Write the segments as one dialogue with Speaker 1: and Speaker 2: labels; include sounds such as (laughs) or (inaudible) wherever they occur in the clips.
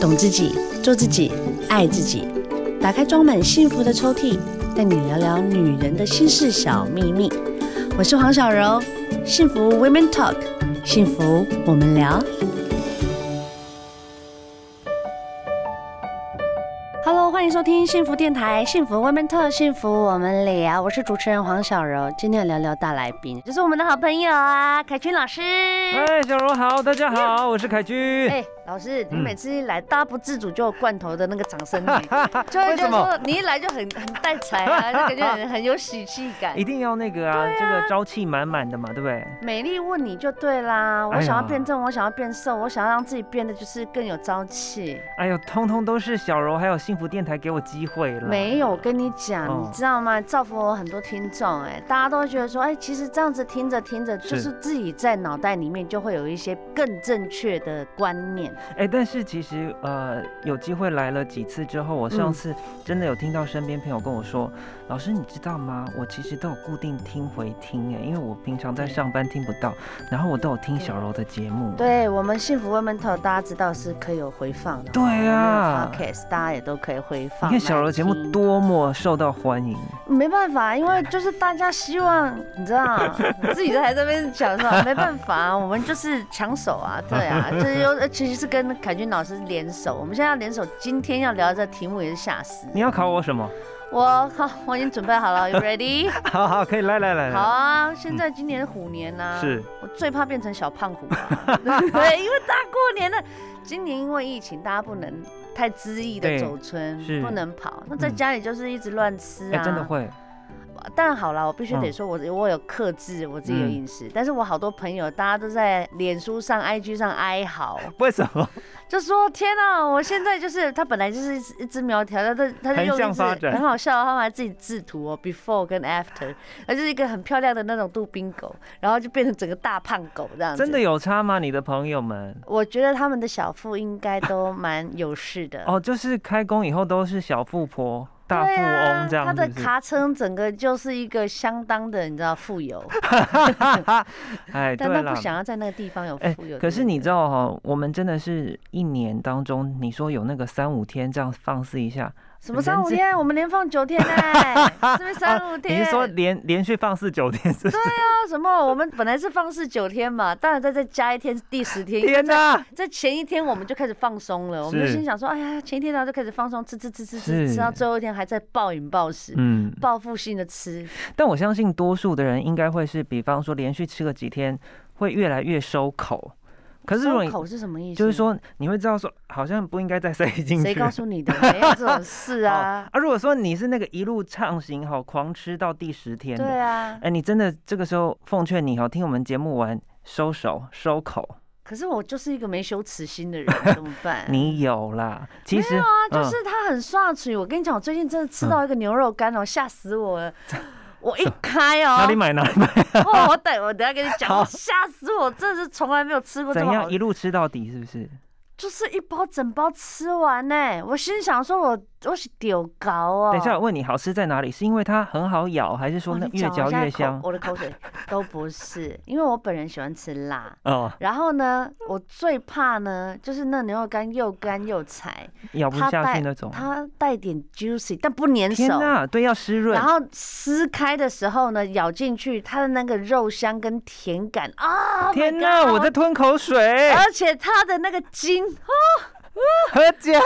Speaker 1: 懂自己，做自己，爱自己。打开装满幸福的抽屉，带你聊聊女人的心事小秘密。我是黄小柔，幸福 Women Talk，幸福我们聊。Hello，欢迎收听幸福电台，幸福 Women Talk，幸福我们聊。我是主持人黄小柔，今天要聊聊大来宾，就是我们的好朋友啊，凯君老师。
Speaker 2: 嗨，哎小柔好，大家好，我是凯 (laughs) 君。
Speaker 1: 哎、老师，你
Speaker 2: 嗯
Speaker 1: 每次一来，大家不自主就有罐头的那个掌声
Speaker 2: (laughs)
Speaker 1: 语，就会
Speaker 2: 为
Speaker 1: 觉得
Speaker 2: 什么
Speaker 1: 说你一来就很很带财啊，就感觉很很有喜气
Speaker 2: (laughs)
Speaker 1: 感
Speaker 2: 一。定要那个啊，这个朝气满满的嘛，对不对？
Speaker 1: (laughs) 美丽问你就对啦，我
Speaker 2: 哎呀
Speaker 1: 想要变正，我想要变瘦，我想要让自己变得就是更有朝气。
Speaker 2: 哎呦，通通都是小柔还有幸福电台给我机会了。
Speaker 1: 没有，我跟你讲，
Speaker 2: 哦
Speaker 1: 你知道吗？造福我很多听众，哎，大家都觉得说，哎，其实这样子听着听着，就是是自己在脑袋里面就会有一些更正确的观念。
Speaker 2: 哎，但是其实呃，有机会来了几次之后，我上
Speaker 1: 嗯
Speaker 2: 次真的有听到身边朋友跟我说，老师你知道吗？我其实都有固定听回听哎，因为我平常在
Speaker 1: 对
Speaker 2: 上班听不到，然后我都有听小柔的节目。
Speaker 1: 对啊我们幸福 Women Talk，大家知道是可以有回放的哦。
Speaker 2: 对啊
Speaker 1: 我们有，Podcast 大家也都可以回
Speaker 2: 你
Speaker 1: 放。
Speaker 2: 看小柔的节目
Speaker 1: 来听
Speaker 2: 多么受到欢迎，
Speaker 1: 没办法，因为就是大家希望，你知
Speaker 2: (laughs)
Speaker 1: 道，自己在这边讲说没办法，啊我们就是抢手啊，对啊，
Speaker 2: (laughs)
Speaker 1: 就是有，呃其实是跟凯军老师联手，我们现在要联手，今天要聊的这题目也是吓死
Speaker 2: 你要考
Speaker 1: (laughs)
Speaker 2: 我什么？
Speaker 1: 我，好，我已经准备好了，You
Speaker 2: (laughs)
Speaker 1: ready？
Speaker 2: 好好，可以来来来
Speaker 1: 好
Speaker 2: 来，
Speaker 1: 啊，现在今年虎年呐、啊，
Speaker 2: 嗯是
Speaker 1: 我最怕变成小胖虎啊，
Speaker 2: (laughs)
Speaker 1: 对，因为大过年的，今年因为疫情，大家不能太恣意的
Speaker 2: 对
Speaker 1: 走村，
Speaker 2: 是
Speaker 1: 不能跑，那在
Speaker 2: 嗯
Speaker 1: 家里就是一直乱吃
Speaker 2: 哎
Speaker 1: 啊，
Speaker 2: 真的会
Speaker 1: 但好啦，我必须得
Speaker 2: 嗯
Speaker 1: 说我，我有克制我自己的
Speaker 2: 嗯
Speaker 1: 饮食，但是我好多朋友大家都在脸书上、IG 上哀嚎，
Speaker 2: 为什么？
Speaker 1: 就说天啊，我现在就是他本来就是一只一只苗条，他他他就
Speaker 2: 横
Speaker 1: 用一
Speaker 2: 向
Speaker 1: 只
Speaker 2: 发展
Speaker 1: 很好笑，他们还自己制图哦，before 跟 after，它就是一个很漂亮的那种杜宾狗，然后就变成整个大胖狗这样子。
Speaker 2: 真的，有差吗？你的朋友们？
Speaker 1: 我觉得他们的小腹应该都蛮有势的。
Speaker 2: 哦，就是开工以后都是小富婆、大富
Speaker 1: 呃对啊
Speaker 2: 翁这样
Speaker 1: 他
Speaker 2: 子
Speaker 1: 的。卡车整个就是一个相当的，你知道富有，
Speaker 2: (laughs) 哎，
Speaker 1: 但
Speaker 2: 对
Speaker 1: 他不
Speaker 2: 啦。
Speaker 1: 想要在那个地方有
Speaker 2: 哎
Speaker 1: 富有的人。
Speaker 2: 可是你知道哈、我们真的是一年当中，你说有那个三五天这样放肆一下，
Speaker 1: 什么三
Speaker 2: 人
Speaker 1: 五
Speaker 2: 之
Speaker 1: 天？我们连放九天
Speaker 2: (laughs)
Speaker 1: 哎、是不是三五
Speaker 2: 你
Speaker 1: 天？
Speaker 2: 是说连连续放肆九天是不是？
Speaker 1: 那什么？我们本来是放四九天嘛，当然再再加一天是第十天。因为
Speaker 2: (laughs) 天哪、
Speaker 1: 在前一天我们就开始放松了，我们就是心想说，哎呀，前一天然后就开始放松，吃吃吃吃吃，
Speaker 2: 是
Speaker 1: 吃到最后一天还在暴饮暴食。
Speaker 2: 嗯，
Speaker 1: 报复性的吃，
Speaker 2: 但我相信多数的人应该会是，比方说连续吃个几天，会越来越收口。可是如果
Speaker 1: 收
Speaker 2: 你
Speaker 1: 口是什么意思？
Speaker 2: 就是，说你会知道说，好像不应该再塞进去。
Speaker 1: 谁告诉你的？没有这种
Speaker 2: (laughs)
Speaker 1: 事啊！
Speaker 2: 啊，如果说你是那个一路畅行好狂吃到第十天的，
Speaker 1: 对啊
Speaker 2: 哎、，你真的这个时候奉劝你哦，听我们节目完收手收口，
Speaker 1: 可是我就是一个没羞耻心的
Speaker 2: (laughs)
Speaker 1: 人，怎么办？
Speaker 2: 你有啦。其实
Speaker 1: 嗯
Speaker 2: 嗯
Speaker 1: 啊，就是它很刷嘴。我跟你讲，我最近真的吃到一个牛肉干哦，吓死我
Speaker 2: (laughs)
Speaker 1: 了！我一开
Speaker 2: (laughs) 嗯、哪里
Speaker 1: 哦，
Speaker 2: 买哪
Speaker 1: (laughs)
Speaker 2: 里买， (laughs)
Speaker 1: 哦，我等我等下跟你讲，
Speaker 2: 好
Speaker 1: 我吓死我，真的是从来没有吃过这
Speaker 2: 怎
Speaker 1: 么好
Speaker 2: 样一，路吃到底，是不是？
Speaker 1: 就是一包整包吃完呢。我心想说我，我是丢高哦。
Speaker 2: 等一下我问你好吃在哪里，是因为它很好咬，还是说
Speaker 1: 哦，
Speaker 2: 那
Speaker 1: 你
Speaker 2: 越
Speaker 1: 讲
Speaker 2: 嚼
Speaker 1: 我现在
Speaker 2: 越
Speaker 1: 口
Speaker 2: 香？
Speaker 1: 我的口水都不是，因为我本人喜欢吃辣。
Speaker 2: 哦，
Speaker 1: 然后呢，我最怕呢，就是那牛肉干又干又柴，
Speaker 2: 咬不
Speaker 1: 它
Speaker 2: 下
Speaker 1: 带
Speaker 2: 去那种。
Speaker 1: 它带点 juicy，但不粘
Speaker 2: 哦天
Speaker 1: 手。
Speaker 2: 呐，对，要湿润
Speaker 1: 然。后撕开的时候呢，咬进去它的那个肉香跟甜感啊！
Speaker 2: 天
Speaker 1: 呐，
Speaker 2: 呐，我在吞
Speaker 1: (laughs)
Speaker 2: 口水，
Speaker 1: 而且它的那个筋
Speaker 2: 喝家。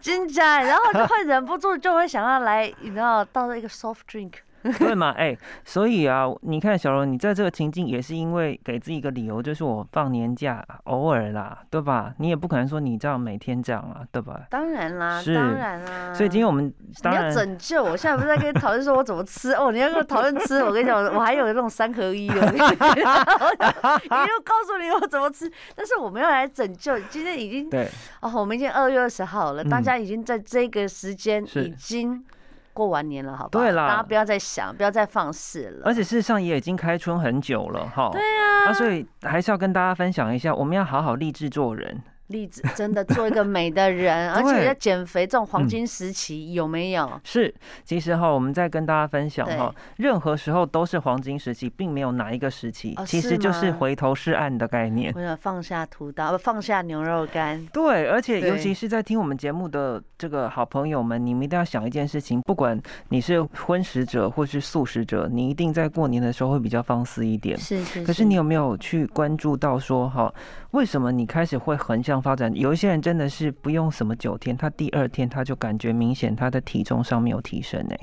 Speaker 1: 筋起来，然后就会忍不住就会想要来，你知道，倒了一个 soft drink。
Speaker 2: (laughs) 对嘛？哎、所以啊，你看小柔，你在这个情境也是因为给自己一个理由，就是我放年假，偶尔啦，对吧？你也不可能说你这样每天这样啊，对吧？
Speaker 1: 当然啦，
Speaker 2: 是
Speaker 1: 当然啦。
Speaker 2: 所以今天我们当
Speaker 1: 你要
Speaker 2: 然
Speaker 1: 拯救我，现在不是在跟你讨论说我怎么吃哦，你要跟我讨论吃，我跟你讲，我还有那种三合一的， (laughs) 我跟你讲一路告诉你我怎么吃，但是我们要来拯救，今天已经
Speaker 2: 对
Speaker 1: 哦，我们已经二月二十号了，
Speaker 2: 嗯
Speaker 1: 大家已经在这个时间
Speaker 2: 是
Speaker 1: 已经过完年了，好不好？
Speaker 2: 对啦
Speaker 1: 大家不要再想，不要再放肆了。
Speaker 2: 而且事实上也已经开啊春很久了哈。对啊，所以还是要跟大家分享一下，我们要好好立志做人。
Speaker 1: 例子，真的做一个美的
Speaker 2: (laughs)
Speaker 1: 人，而且
Speaker 2: 对
Speaker 1: 要减肥这种黄
Speaker 2: 嗯
Speaker 1: 金时期有没有？
Speaker 2: 是，其实哈，我们在跟大家分享哈，任何时候都是黄金时期，并没有哪一个时期，
Speaker 1: 哦
Speaker 2: 其
Speaker 1: 是
Speaker 2: 实就是
Speaker 1: 吗
Speaker 2: 回头是岸的概念。
Speaker 1: 为了放下屠刀，不放下牛肉干，
Speaker 2: 对，而且尤
Speaker 1: 对
Speaker 2: 其是在听我们节目的这个好朋友们，你们一定要想一件事情，不管你是荤食者或是素食者，你一定在过年的时候会比较放肆一点。
Speaker 1: 是是。
Speaker 2: 可是你有没有去关注到说哈，为什么你开始会横向发展？有一些人真的是不用什么九天，他第二天他就感觉明显他的体重上面有提升哎、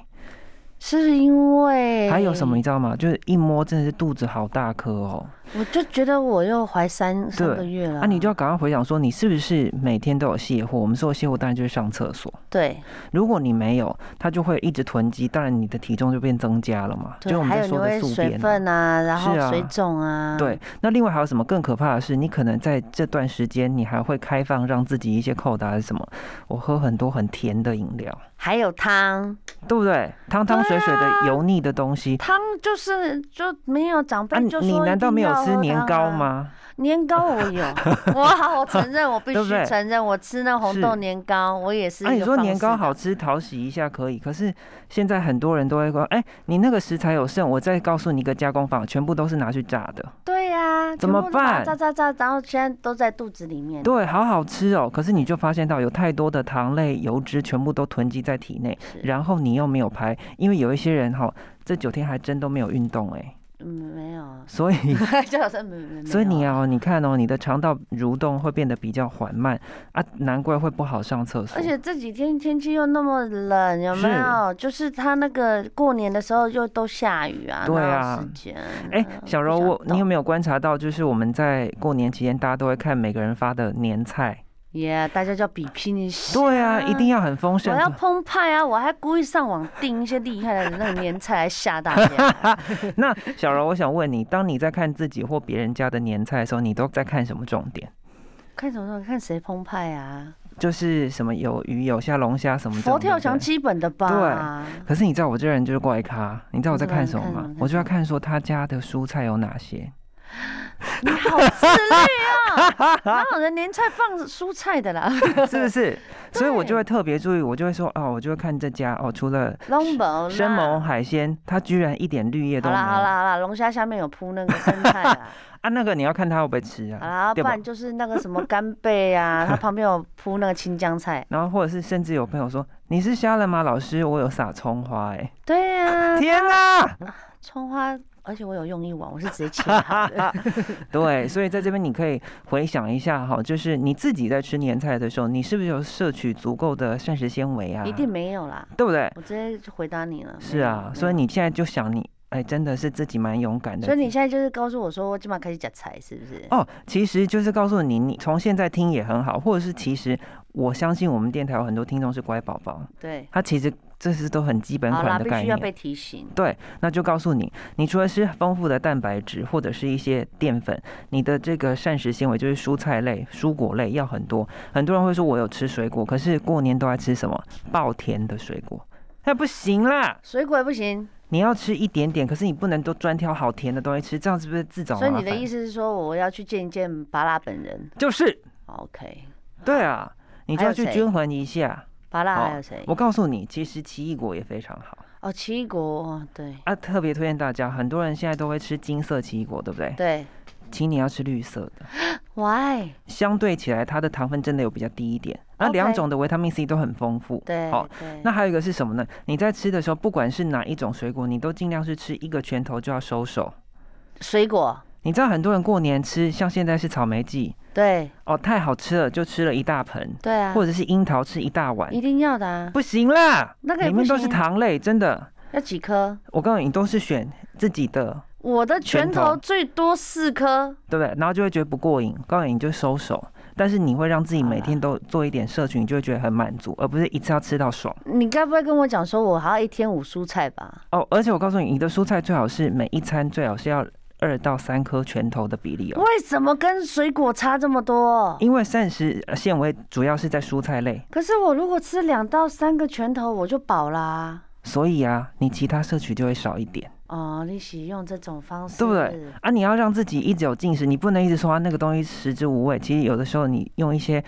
Speaker 1: 是因为
Speaker 2: 还有什么你？知道吗？就是一摸真的是肚子好大颗哦，
Speaker 1: 我就觉得我又怀三三个月了，
Speaker 2: 啊，你就要赶快回想说你是不是每天都有泻货？我们说的泻货当然就是上厕所，
Speaker 1: 对
Speaker 2: 如果你没有，它就会一直囤积，当然你的体重就变增加了嘛，就
Speaker 1: 对，
Speaker 2: 我们
Speaker 1: 还有
Speaker 2: 在
Speaker 1: 你
Speaker 2: 说的
Speaker 1: 会
Speaker 2: 宿
Speaker 1: 水
Speaker 2: 便啊。
Speaker 1: 分啊，然后
Speaker 2: 是啊
Speaker 1: 水肿啊，
Speaker 2: 对，那另外还有什么更可怕的是，你可能在这段时间，你还会开放让自己一些扣打是什么？我喝很多很甜的饮料，
Speaker 1: 还有汤，
Speaker 2: 对不对？汤汤水水的油腻的东西，
Speaker 1: 汤就是就没有长辈
Speaker 2: 啊，你
Speaker 1: 就说、
Speaker 2: 你难道没有吃年糕？吗？
Speaker 1: 啊年糕我
Speaker 2: (laughs)
Speaker 1: 有，我我承认，我必
Speaker 2: 对
Speaker 1: 须
Speaker 2: 不对
Speaker 1: 承认，我吃那红豆
Speaker 2: 是
Speaker 1: 年糕，我也是一
Speaker 2: 啊，
Speaker 1: 个
Speaker 2: 你说
Speaker 1: 放
Speaker 2: 年
Speaker 1: 肆
Speaker 2: 糕
Speaker 1: 的
Speaker 2: 好吃，讨喜一下可以，可是现在很多人都会说，哎、你那个食材有剩，我再告诉你一个加工法，全部都是拿去炸的。
Speaker 1: 对呀、
Speaker 2: 怎么
Speaker 1: 全部都把它
Speaker 2: 办
Speaker 1: 炸炸炸，然后现在都在肚子里面。
Speaker 2: 对，好好吃哦。可是你就发现到有太多的糖类、油脂全部都囤积在体内，
Speaker 1: 是
Speaker 2: 然后你又没有排，因为有一些人哈，这九天还真都没有运动哎，，
Speaker 1: 嗯，没有啊
Speaker 2: (laughs)
Speaker 1: (laughs)
Speaker 2: 所以。
Speaker 1: 就好像没没没有啊。
Speaker 2: 所以你要、你看哦，你的肠道蠕动会变得比较缓慢啊，难怪会不好上厕所。
Speaker 1: 而且这几天天气又那么冷，有没有？就是他那个过年的时候又都下雨啊，
Speaker 2: 对
Speaker 1: 哪有
Speaker 2: 啊
Speaker 1: 时间
Speaker 2: 哎、
Speaker 1: 嗯
Speaker 2: 小
Speaker 1: 不
Speaker 2: 柔，
Speaker 1: 想
Speaker 2: 我你
Speaker 1: 动
Speaker 2: 有没有观察到，就是我们在过年期间，大家都会看每个人发的年菜。
Speaker 1: 耶大家就要比拼一下。
Speaker 2: 对啊，一定要很丰
Speaker 1: 我
Speaker 2: 盛。
Speaker 1: 要澎湃啊！我还故意上网订一些厉害的那个年菜来吓大
Speaker 2: (laughs)
Speaker 1: 家。
Speaker 2: 那小柔，我想问你，当你在看自己或别人家的年菜的时候，你都在看什么重点？
Speaker 1: 看什么东西？看谁澎湃啊？
Speaker 2: 就是什么有鱼、有虾、龙虾什么这种。
Speaker 1: 佛跳
Speaker 2: 对不对
Speaker 1: 墙基本的吧。
Speaker 2: 可是你知道我这人就是怪咖，你知
Speaker 1: 嗯
Speaker 2: 道我在看什么
Speaker 1: 你知道你看什
Speaker 2: 吗
Speaker 1: 么？
Speaker 2: 我就要看说他家的蔬菜有
Speaker 1: (laughs)
Speaker 2: 哪些。
Speaker 1: 你好自律啊！哪有人年菜放蔬菜的啦？ (laughs)
Speaker 2: 是不是？所以我就会特别注意，我就会说哦，我就会看这家哦，除了
Speaker 1: 龙宝
Speaker 2: 生猛海鲜，它居然一点绿叶都
Speaker 1: 好
Speaker 2: 没有
Speaker 1: 啦好啦好啦，龙虾下面有铺那个生菜啦，
Speaker 2: 啊！那个你要看它会不会吃
Speaker 1: 好
Speaker 2: 啊，
Speaker 1: 啦，不
Speaker 2: 对吧
Speaker 1: 然就是那个什么干贝
Speaker 2: (laughs)
Speaker 1: 啊，它旁边有铺那个青江菜。
Speaker 2: 然后或者是甚至有朋友说你是瞎了吗？老师，我有撒葱花
Speaker 1: (laughs)
Speaker 2: 哎、
Speaker 1: 对
Speaker 2: (laughs)
Speaker 1: 呀，
Speaker 2: 天啊！
Speaker 1: 葱花，而且我有用一碗，我是直接切好
Speaker 2: (laughs)
Speaker 1: 的。 (laughs)
Speaker 2: 对，所以在这边你可以回想一下哈，就是你自己在吃年菜的时候，你是不是有摄取足够的膳食纤维啊？
Speaker 1: 一定没有啦，
Speaker 2: 对不对？
Speaker 1: 我直接就回答你了。没
Speaker 2: 是
Speaker 1: 有
Speaker 2: 啊，
Speaker 1: 没
Speaker 2: 所以
Speaker 1: 有
Speaker 2: 你现在就想你哎，真的是自己蛮勇敢的。
Speaker 1: 嗯所以你现在就是告诉我说，我今晚开始夹菜，是不是？
Speaker 2: 哦，其实就是告诉你，你从现在听也很好，或者是其实我相信我们电台有很多听众是乖宝宝，
Speaker 1: 对，
Speaker 2: 他其实这是都很基本
Speaker 1: 好啦，
Speaker 2: 款的
Speaker 1: 必
Speaker 2: 概
Speaker 1: 须要
Speaker 2: 念。
Speaker 1: 被提醒。
Speaker 2: 对，那就告诉你，你除了吃丰富的蛋白质或者是一些淀粉，你的这个膳食纤维就是蔬菜类、蔬果类要很多。很多人会说我有吃水果，可是过年都爱吃什么爆甜的水果，那不行啦！
Speaker 1: 水果也不行，
Speaker 2: 你要吃一点点，可是你不能都专挑好甜的东西吃，这样是不是自找麻
Speaker 1: 所以
Speaker 2: 烦？
Speaker 1: 你的意思是说，我要去见一见巴拉本人
Speaker 2: 就是。
Speaker 1: ？OK，
Speaker 2: 对啊，你就
Speaker 1: 还
Speaker 2: 要
Speaker 1: 有
Speaker 2: 去
Speaker 1: 谁
Speaker 2: 均衡一下。
Speaker 1: 巴拉
Speaker 2: 好
Speaker 1: 还有谁？
Speaker 2: 我告诉你，其实奇异果也非常好
Speaker 1: 哦，奇异果，哦对
Speaker 2: 啊，特别推荐大家。很多人现在都会吃金色奇异果，对不对？
Speaker 1: 对
Speaker 2: 请你要吃绿色的，
Speaker 1: ，Why？
Speaker 2: 相对起来它的糖分真的有比较低一点。那
Speaker 1: OK
Speaker 2: 两种的维他命 C 都很丰富。
Speaker 1: 对
Speaker 2: 好
Speaker 1: 对，
Speaker 2: 那还有一个是什么呢？你在吃的时候，不管是哪一种水果，你都尽量是吃一个拳头就要收手。
Speaker 1: 水果
Speaker 2: 你知道很多人过年吃，像现在是草莓季
Speaker 1: 对
Speaker 2: 哦，太好吃了，就吃了一大盆，
Speaker 1: 对啊，
Speaker 2: 或者是樱桃吃一大碗
Speaker 1: 一，定要的啊，
Speaker 2: 不行啦，
Speaker 1: 那个也
Speaker 2: 里
Speaker 1: 不
Speaker 2: 面都是
Speaker 1: 行
Speaker 2: 糖类，真的。
Speaker 1: 要几颗？
Speaker 2: 我告诉你，你都是选自己的，
Speaker 1: 我的拳
Speaker 2: 拳
Speaker 1: 头
Speaker 2: 头
Speaker 1: 最多四颗，
Speaker 2: 对不对？然后就会觉得不过瘾，告诉你你就收手。但是你会让自己每天都做一点摄取，你就会觉得很满足，而不是一次要吃到爽
Speaker 1: 你该不会跟我讲说我还要一天五蔬菜吧？
Speaker 2: 哦。而且我告诉你，你的蔬菜最好是每一餐最好是要二到三颗拳头的比例哦，
Speaker 1: 为什么跟水果差这么多？
Speaker 2: 因为膳食呃纤维主要是在蔬菜类，
Speaker 1: 可是我如果吃两到三个拳头，我就饱啦、
Speaker 2: 所以啊，你其他摄取就会少一点。
Speaker 1: 哦，你喜用这种方式，
Speaker 2: 对不对？啊，你要让自己一直有进食，你不能一直说啊那个东西食之无味。其实有的时候你用一些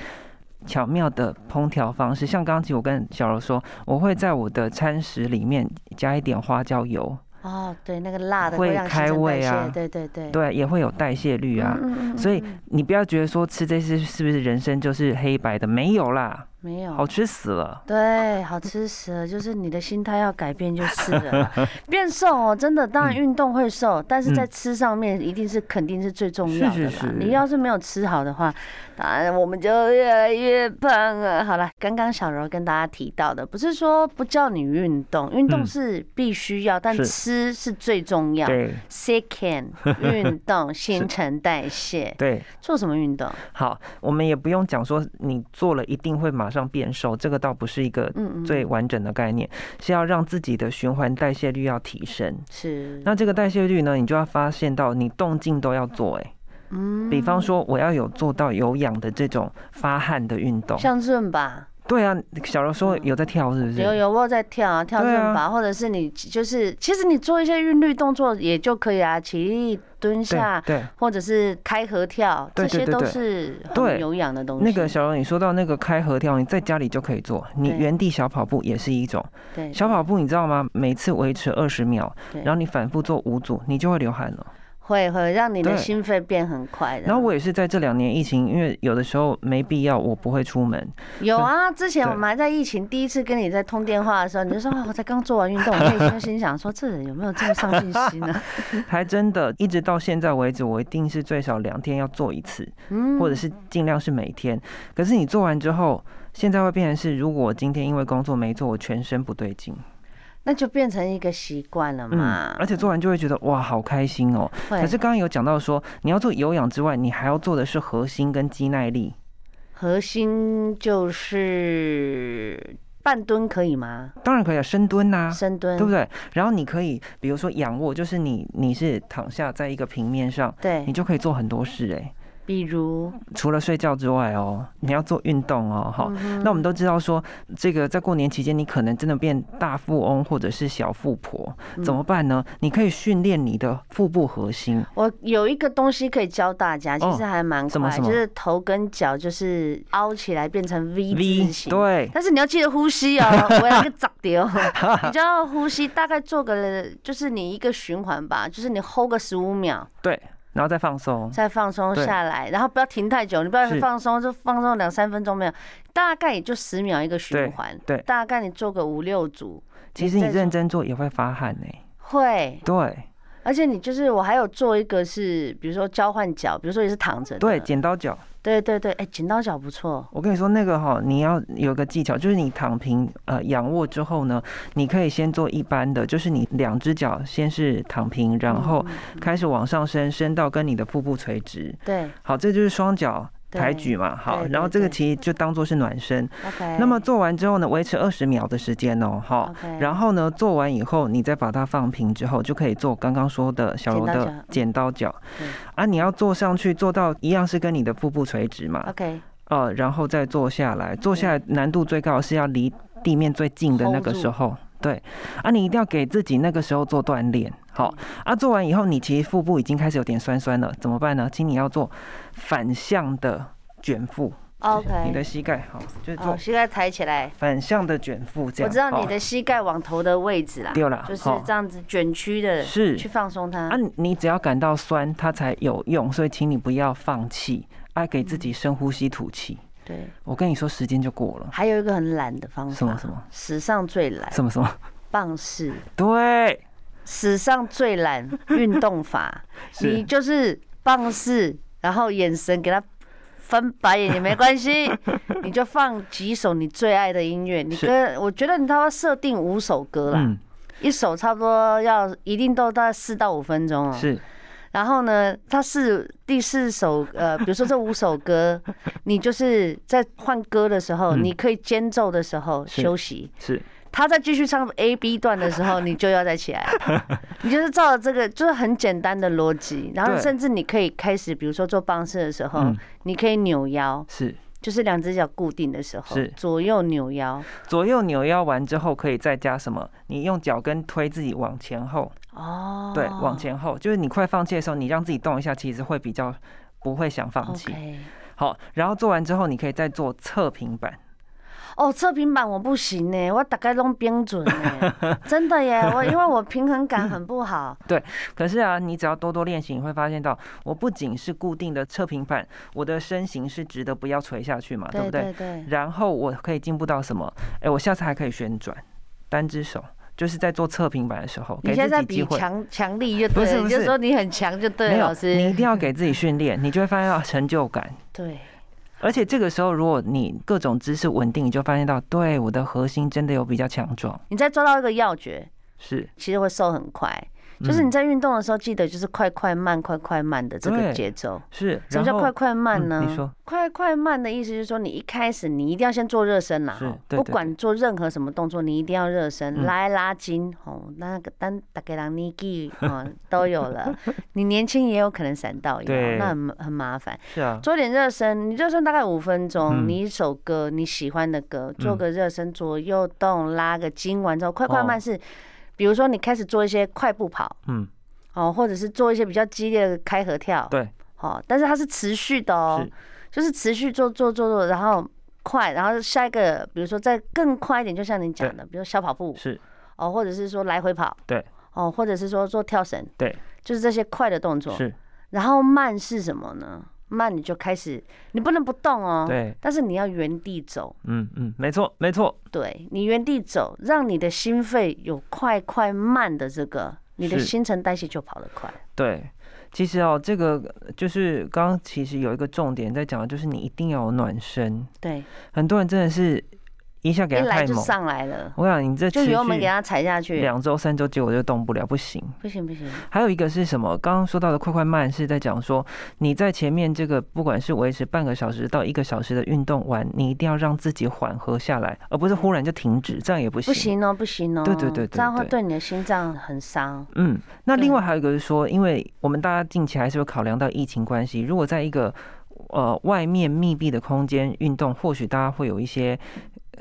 Speaker 2: 巧妙的烹调方式，像刚刚其实我跟小柔说，我会在我的餐食里面加一点花椒油，
Speaker 1: 哦，对，那个辣的
Speaker 2: 会
Speaker 1: 让新
Speaker 2: 开
Speaker 1: 陈代
Speaker 2: 胃啊
Speaker 1: 谢对对对，
Speaker 2: 对，也会有代谢率啊。
Speaker 1: 嗯，嗯嗯
Speaker 2: 所以
Speaker 1: 嗯嗯
Speaker 2: 你不要觉得说吃这些是不是人生就是黑白的，没有啦，
Speaker 1: 没有
Speaker 2: 好吃死了。
Speaker 1: 对，好吃死了，就是你的心态要改变就是了啦。变瘦哦，真的，
Speaker 2: 嗯
Speaker 1: 当然运动会瘦，但是在吃上面一定是肯定是最重要的啦。
Speaker 2: 是是是
Speaker 1: 你要是没有吃好的话，当然我们就越来越胖啊。好了，刚刚小柔跟大家提到的，不是说不叫你运动，运动
Speaker 2: 嗯
Speaker 1: 是必须要，但
Speaker 2: 是
Speaker 1: 吃是最重要。
Speaker 2: 对
Speaker 1: Second，运
Speaker 2: (laughs)
Speaker 1: 动新陈代谢，
Speaker 2: 对，
Speaker 1: 做什么运动？
Speaker 2: 好，我们也不用讲说你做了一定会马上变瘦，这个倒不是一个
Speaker 1: 嗯嗯，
Speaker 2: 最完整的概念，是要让自己的循环代谢率要提升。
Speaker 1: 是
Speaker 2: 那这个代谢率呢，你就要发现到你动静都要做、欸，
Speaker 1: 嗯
Speaker 2: 比方说我要有做到有氧的这种发汗的运动。
Speaker 1: 像润吧。
Speaker 2: 对啊，小柔说有在跳是不
Speaker 1: 有
Speaker 2: 是？
Speaker 1: 有我有在跳啊，跳
Speaker 2: 对
Speaker 1: 正
Speaker 2: 啊
Speaker 1: 法，或者是你就是，其实你做一些韵律动作也就可以啊，起立、蹲
Speaker 2: 对
Speaker 1: 下，
Speaker 2: 对，
Speaker 1: 或者是开合跳，
Speaker 2: 对
Speaker 1: 这些
Speaker 2: 对对
Speaker 1: 都
Speaker 2: 对
Speaker 1: 是
Speaker 2: 对
Speaker 1: 很有氧的东西。
Speaker 2: 那个小柔，你说到那个开合跳，你在家里就可以做，你
Speaker 1: 对
Speaker 2: 原地小跑步也是一种。
Speaker 1: 对
Speaker 2: 小跑步你知道吗？每次维持二十秒，
Speaker 1: 对
Speaker 2: 然后你反复做五组，你就会流汗了。
Speaker 1: 会会让你的
Speaker 2: 对
Speaker 1: 心肺变很快的。
Speaker 2: 然后我也是在这两年疫情，因为有的时候没必要，我不会
Speaker 1: (laughs)
Speaker 2: 出门。
Speaker 1: 有啊，之前
Speaker 2: 对
Speaker 1: 我们还在疫情第一次跟你在通电话的时候，你就说啊我才刚做完运动，我内心就心想说这人有没有这么上进心呢？ (laughs)
Speaker 2: 还真的，一直到现在为止，我一定是最少两天要做一次，
Speaker 1: 嗯，
Speaker 2: 或者是尽量是每天。可是你做完之后，现在会变成是，如果我今天因为工作没做，我全身不对劲，
Speaker 1: 那就变成一个习惯了嘛。
Speaker 2: 嗯而且做完就会觉得哇，好开心哦。
Speaker 1: 会
Speaker 2: 可是刚刚有讲到说，你要做有氧之外，你还要做的是核心跟肌耐力。
Speaker 1: 核心就是半蹲可以吗？
Speaker 2: 当然可以啊，深蹲呐、
Speaker 1: 深蹲
Speaker 2: 对不对？然后你可以，比如说仰卧，就是你你是躺下在一个平面上，
Speaker 1: 对
Speaker 2: 你就可以做很多事哎、
Speaker 1: 比如
Speaker 2: 除了睡觉之外哦，你要做运动哦，哈、那我们都知道说，这个在过年期间，你可能真的变大富翁或者是小富婆，怎么办呢？你可以训练你的腹部核心，
Speaker 1: 我有一个东西可以教大家，其
Speaker 2: 哦
Speaker 1: 实还蛮
Speaker 2: 什
Speaker 1: 快
Speaker 2: 么，什么
Speaker 1: 就是头跟脚就是凹起来变成 V 字形。
Speaker 2: 对，
Speaker 1: 但是你要记得呼吸
Speaker 2: (laughs)
Speaker 1: 哦，我要个砸掉，你就要呼吸，大概做个就是你一个循环吧，就是你 hold 个十五秒，
Speaker 2: 然后再放松，
Speaker 1: 再放松
Speaker 2: 嗯对
Speaker 1: 下来，然后不要停太久，你不要
Speaker 2: 是
Speaker 1: 放松，就放松两三分钟没有，大概也就十秒一个循环，
Speaker 2: 对对
Speaker 1: 大概你做个五六组，
Speaker 2: 其实你认真做也会发汗呢、
Speaker 1: 会，
Speaker 2: 对
Speaker 1: 而且你就是我还有做一个是，比如说交换脚，比如说也是躺着的，
Speaker 2: 对，剪刀脚，
Speaker 1: 对对对，哎、剪刀脚不错，
Speaker 2: 我跟你说那个哈、你要有个技巧，就是你躺平呃仰卧之后呢，你可以先做一般的，就是你两只脚先是躺平，然
Speaker 1: 嗯
Speaker 2: 后开始往上升，升到跟你的腹部垂直。
Speaker 1: 对
Speaker 2: 好，这就是双脚
Speaker 1: 对
Speaker 2: 抬举嘛。好，
Speaker 1: 对对
Speaker 2: 然后这个
Speaker 1: 对
Speaker 2: 其实就当做是暖身。
Speaker 1: ，OK，
Speaker 2: 那么做完之后呢，维持二十秒的时间哦，好。
Speaker 1: OK，
Speaker 2: 然后呢，做完以后，你再把它放平之后，就可以做刚刚说的小柔
Speaker 1: 剪刀
Speaker 2: 的
Speaker 1: 脚
Speaker 2: 剪刀脚
Speaker 1: 对。
Speaker 2: 啊，你要坐上去，做到一样是跟你的腹部垂直嘛，
Speaker 1: OK
Speaker 2: 呃，然后再坐下来。坐下来难度最高是要离地面最近的那个
Speaker 1: Hold 住
Speaker 2: 时候。对，啊，你一定要给自己那个时候做锻炼。好，
Speaker 1: 嗯
Speaker 2: 啊，做完以后，你其实腹部已经开始有点酸酸了，怎么办呢？请你要做反向的卷腹，你的
Speaker 1: OK，
Speaker 2: 膝盖好，就是
Speaker 1: 好，
Speaker 2: 做
Speaker 1: 膝盖抬起来，
Speaker 2: 反向的卷腹这
Speaker 1: 我
Speaker 2: 样。
Speaker 1: 知道你
Speaker 2: 哦
Speaker 1: 的膝盖往头的位置啦，
Speaker 2: 对了，
Speaker 1: 就是
Speaker 2: 哦
Speaker 1: 这样子卷曲的，
Speaker 2: 是
Speaker 1: 去放松它
Speaker 2: 啊，，你你只要感到酸，它才有用，所以请你不要放弃，啊，给
Speaker 1: 嗯
Speaker 2: 自己深呼吸吐气。
Speaker 1: 对，
Speaker 2: 我跟你说，时间就过了。
Speaker 1: 还有一个很懒的方法，
Speaker 2: 什么什么
Speaker 1: 史上最懒
Speaker 2: 什么什么？
Speaker 1: 棒式，
Speaker 2: 对，
Speaker 1: 史上最懒运动法，你
Speaker 2: 是
Speaker 1: 就是棒式，然后眼神给他翻白眼也没关
Speaker 2: (laughs)
Speaker 1: 系，你就放几首你最爱的音乐，你
Speaker 2: 是
Speaker 1: 跟我觉得你他妈设定五首歌啦，
Speaker 2: 嗯，
Speaker 1: 一首差不多要一定都大概四到五分钟哦、
Speaker 2: 是
Speaker 1: 然后呢，它是第四首，呃，比如说这五首
Speaker 2: (laughs)
Speaker 1: 歌，你就是在换歌的时候，
Speaker 2: 嗯
Speaker 1: 你可以间奏的时候
Speaker 2: 是
Speaker 1: 休息。
Speaker 2: 是，
Speaker 1: 他在继续唱 A B 段的时候，你就要再起来了。
Speaker 2: (laughs)
Speaker 1: 你就是照着这个，就是很简单的逻辑。然后
Speaker 2: 对
Speaker 1: 甚至你可以开始，比如说做棒式的时候，
Speaker 2: 嗯
Speaker 1: 你可以扭腰，
Speaker 2: 是
Speaker 1: 就是两只脚固定的时候
Speaker 2: 是，
Speaker 1: 左右扭腰。
Speaker 2: 左右扭腰完之后，可以再加什么？你用脚跟推自己往前后，
Speaker 1: 哦，
Speaker 2: 对，往前后，就是你快放弃的时候，你让自己动一下，其实会比较不会想放弃。
Speaker 1: OK。
Speaker 2: 好，然后做完之后，你可以再做侧平板。
Speaker 1: 哦，测平板我不行呢，我大概弄冰准
Speaker 2: (laughs)
Speaker 1: 呢，真的耶，我因为我平衡感很不好。
Speaker 2: 可是啊，你只要多多练习，你会发现到，我不仅是固定的侧平板，我的身形是直的，不要垂下去嘛，啊对不
Speaker 1: 对
Speaker 2: 对？
Speaker 1: 对对，
Speaker 2: 然后我可以进步到什么？哎，我下次还可以旋转，单只手，就是在做侧平板的时候，
Speaker 1: 你
Speaker 2: 给
Speaker 1: 现在在
Speaker 2: 自己机
Speaker 1: 比
Speaker 2: 会。
Speaker 1: 强强力就
Speaker 2: 不
Speaker 1: 对
Speaker 2: 是
Speaker 1: 了，
Speaker 2: 不
Speaker 1: 你就是说你很强就对
Speaker 2: 没
Speaker 1: 了，
Speaker 2: 有
Speaker 1: 老，
Speaker 2: 你一
Speaker 1: 师。
Speaker 2: 定要给自己训练，你就会发现到成就感。
Speaker 1: 对，
Speaker 2: 而且这个时候，如果你各种姿势稳定，你就发现到，对我的核心真的有比较强壮。
Speaker 1: 你再抓到一个要诀，
Speaker 2: 是，
Speaker 1: 其实会瘦很快。就是
Speaker 2: 嗯
Speaker 1: 你在运动的时候，记得就是快快慢快快慢的这个
Speaker 2: 对
Speaker 1: 节奏。
Speaker 2: 是，
Speaker 1: 什么叫
Speaker 2: 然后
Speaker 1: 快快慢
Speaker 2: 嗯
Speaker 1: 呢？
Speaker 2: 你说
Speaker 1: 快快慢的意思就是说，你一开始你一定要先做热身啦，
Speaker 2: 是
Speaker 1: 吼
Speaker 2: 对
Speaker 1: 不
Speaker 2: 对
Speaker 1: 管做任何什么动作，你一定要热身，
Speaker 2: 嗯
Speaker 1: 来拉筋，哦，那个单大概让你记哦都有
Speaker 2: (laughs)
Speaker 1: 了，你年轻也有可能闪到腰，
Speaker 2: 对
Speaker 1: 那很麻很麻烦。
Speaker 2: 是啊，
Speaker 1: 做点热身，你热身大概五分钟，
Speaker 2: 嗯
Speaker 1: 你一首歌你喜欢的歌，做个热身，左右动，拉个筋，完之后快快
Speaker 2: 哦
Speaker 1: 慢是，比如说你开始做一些快步跑。
Speaker 2: 嗯，
Speaker 1: 哦，或者是做一些比较激烈的开合跳，
Speaker 2: 对，
Speaker 1: 哦，但是它是持续的哦
Speaker 2: 是，，
Speaker 1: 就是持续做做做做，然后快，然后下一个，比如说再更快一点，就像你讲的，比如说小跑步，
Speaker 2: 是，
Speaker 1: 哦，或者是说来回跑，
Speaker 2: 对，
Speaker 1: 哦，或者是说做跳绳，
Speaker 2: 对，
Speaker 1: 就是这些快的动作。
Speaker 2: 是，
Speaker 1: 然后慢是什么呢？慢你就开始，你不能不动哦，
Speaker 2: 对，
Speaker 1: 但是你要原地走，
Speaker 2: 嗯嗯，没错没错，
Speaker 1: 对你原地走，让你的心肺有快快慢的这个，你的
Speaker 2: 是
Speaker 1: 新陈代谢就跑得快。
Speaker 2: 对。其实哦，这个就是刚刚其实有一个重点在讲的，就是你一定要有暖身。
Speaker 1: 对，
Speaker 2: 很多人真的是一下给
Speaker 1: 一
Speaker 2: 他
Speaker 1: 来
Speaker 2: 太
Speaker 1: 就
Speaker 2: 猛，
Speaker 1: 上来了，
Speaker 2: 我想你这
Speaker 1: 就
Speaker 2: 持续
Speaker 1: 油门给它踩下去，
Speaker 2: 两周三周，结果就动不了，不行。
Speaker 1: 不行不行，
Speaker 2: 还有一个是什么？刚刚说到的快快慢是在讲说，你在前面这个不管是维持半个小时到一个小时的运动完，你一定要让自己缓和下来，而不是忽然就停止，这样也不行。
Speaker 1: 不行哦不行哦，
Speaker 2: 对对对对
Speaker 1: 这样会
Speaker 2: 对
Speaker 1: 对你的心脏很伤。
Speaker 2: 嗯，那
Speaker 1: 对
Speaker 2: 另外还有一个是说，因为我们大家近期还是有考量到疫情关系，如果在一个呃外面密闭的空间运动，或许大家会有一些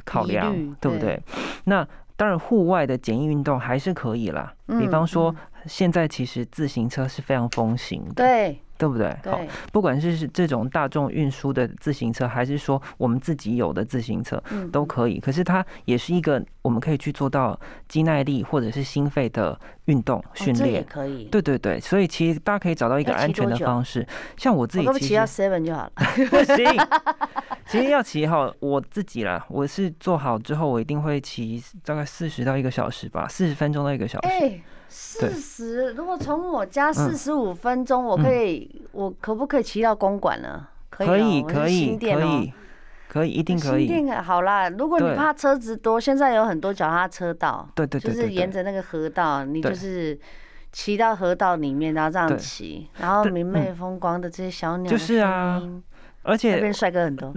Speaker 2: 考
Speaker 1: 疑
Speaker 2: 量
Speaker 1: 虑，
Speaker 2: 对不
Speaker 1: 对
Speaker 2: 对？那当然，户外的简易运动还是可以啦。比
Speaker 1: 嗯
Speaker 2: 方说
Speaker 1: 嗯，
Speaker 2: 现在其实自行车是非常风行的，
Speaker 1: 对
Speaker 2: 对不对？好，
Speaker 1: 对，
Speaker 2: 不管是是这种大众运输的自行车，还是说我们自己有的自行车
Speaker 1: 嗯
Speaker 2: 都可以。可是它也是一个我们可以去做到肌耐力或者是心肺的运动训
Speaker 1: 哦这也
Speaker 2: 练。
Speaker 1: 可以。
Speaker 2: 对对对，所以其实大家可以找到一个
Speaker 1: 要骑
Speaker 2: 安全
Speaker 1: 多
Speaker 2: 的
Speaker 1: 久
Speaker 2: 方式。像我自
Speaker 1: 我
Speaker 2: 己
Speaker 1: 可不可以
Speaker 2: 其
Speaker 1: 骑啊到 (laughs)
Speaker 2: 实
Speaker 1: seven 就好了？
Speaker 2: 不行，其实要骑好我自己啦。我是做好之后，我一定会骑大概四十到一个小时吧，四十分钟到一个小时。
Speaker 1: 哎，四
Speaker 2: 对嗯
Speaker 1: 十，如果从我家四十五分钟，我可以，我可不可以骑到公馆呢？
Speaker 2: 可以
Speaker 1: 哦我是
Speaker 2: 嗯可以
Speaker 1: 新店
Speaker 2: 可
Speaker 1: 哦
Speaker 2: 以可以，一定可
Speaker 1: 新
Speaker 2: 以。
Speaker 1: 店啊好啦，如果你
Speaker 2: 对
Speaker 1: 怕车子多，现在有很多脚踏车道，
Speaker 2: 对对
Speaker 1: 就
Speaker 2: 对
Speaker 1: 是
Speaker 2: 对
Speaker 1: 沿
Speaker 2: 对，
Speaker 1: 着那个河道，你就
Speaker 2: 对
Speaker 1: 是骑到河道里面，然后这样
Speaker 2: 对
Speaker 1: 骑，然后
Speaker 2: 对
Speaker 1: 明媚风光的这些小鸟
Speaker 2: 就
Speaker 1: 的
Speaker 2: 是啊
Speaker 1: 声音，
Speaker 2: 而
Speaker 1: 那
Speaker 2: 且
Speaker 1: 边帅哥很
Speaker 2: (laughs)
Speaker 1: 多，